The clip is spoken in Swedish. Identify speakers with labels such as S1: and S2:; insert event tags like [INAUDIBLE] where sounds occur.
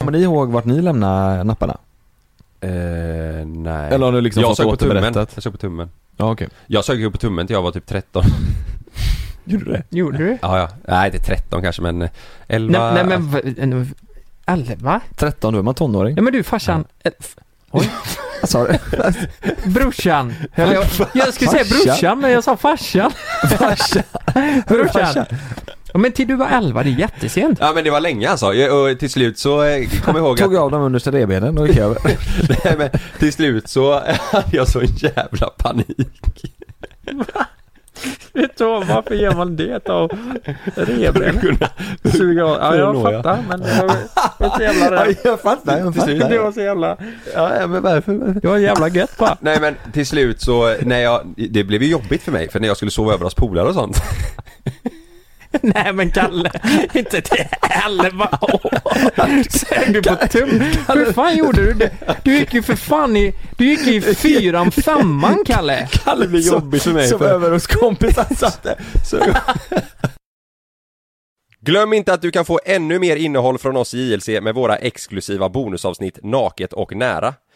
S1: Kommer ni ihåg vart ni lämnade napparna?
S2: Eh, nej.
S1: Eller har du liksom
S2: jag
S1: fått
S2: sög på tummen.
S1: återberättat?
S2: Jag sög på tummen.
S1: Ja okej.
S2: Jag sög ju på tummen till jag var typ 13.
S1: Gjorde du det?
S3: Gjorde du?
S2: [LAUGHS] ja, ja. Nej, inte 13 kanske men eh, 11.
S3: Nej, nej men, v- en- v- elva?
S1: 13, då är man tonåring.
S3: Ja men du farsan, eh, f-
S1: Vad sa du?
S3: brorsan. Ja, Jag, jag skulle säga
S1: Farsan?
S3: brorsan men jag
S4: [LAUGHS]
S3: sa farsan.
S1: Farsan.
S3: Brorsan. Ja, men till du var elva, det är jättesent.
S4: [LAUGHS]
S2: Ja men det var länge alltså. Jag- Och till slut så eh, kom
S3: [LAUGHS]
S2: jag ihåg att
S1: Tog jag av dem under strebenen och gick över.
S2: Nej men till slut så [LAUGHS] hade jag sån jävla panik.
S4: Vet du vad, varför gör man det av revben?
S2: Kunde-
S4: Suga av. Ja, jag
S2: Nå, ja.
S4: fattar men det var, det var så jävla rätt.
S1: jag [LAUGHS] fattar, jag
S4: Det var så jävla...
S1: Ja, men varför?
S4: Det var jävla gött [LAUGHS] bara.
S2: Nej men till slut så, när jag, det blev ju jobbigt för mig för när jag skulle sova över hos polare och sånt. [LAUGHS]
S3: Nej men Kalle, inte till elva [LAUGHS] år. Sög du på tum? Hur fan gjorde du det? Du gick ju för fan i, du gick i fyran, femman Kalle.
S2: Det blev jobbigt för mig.
S1: Som
S2: För,
S1: över hos kompisar satt det.
S2: [LAUGHS] så, [LAUGHS] Glöm inte att du kan få ännu mer innehåll från oss i JLC med våra exklusiva bonusavsnitt Naket och nära.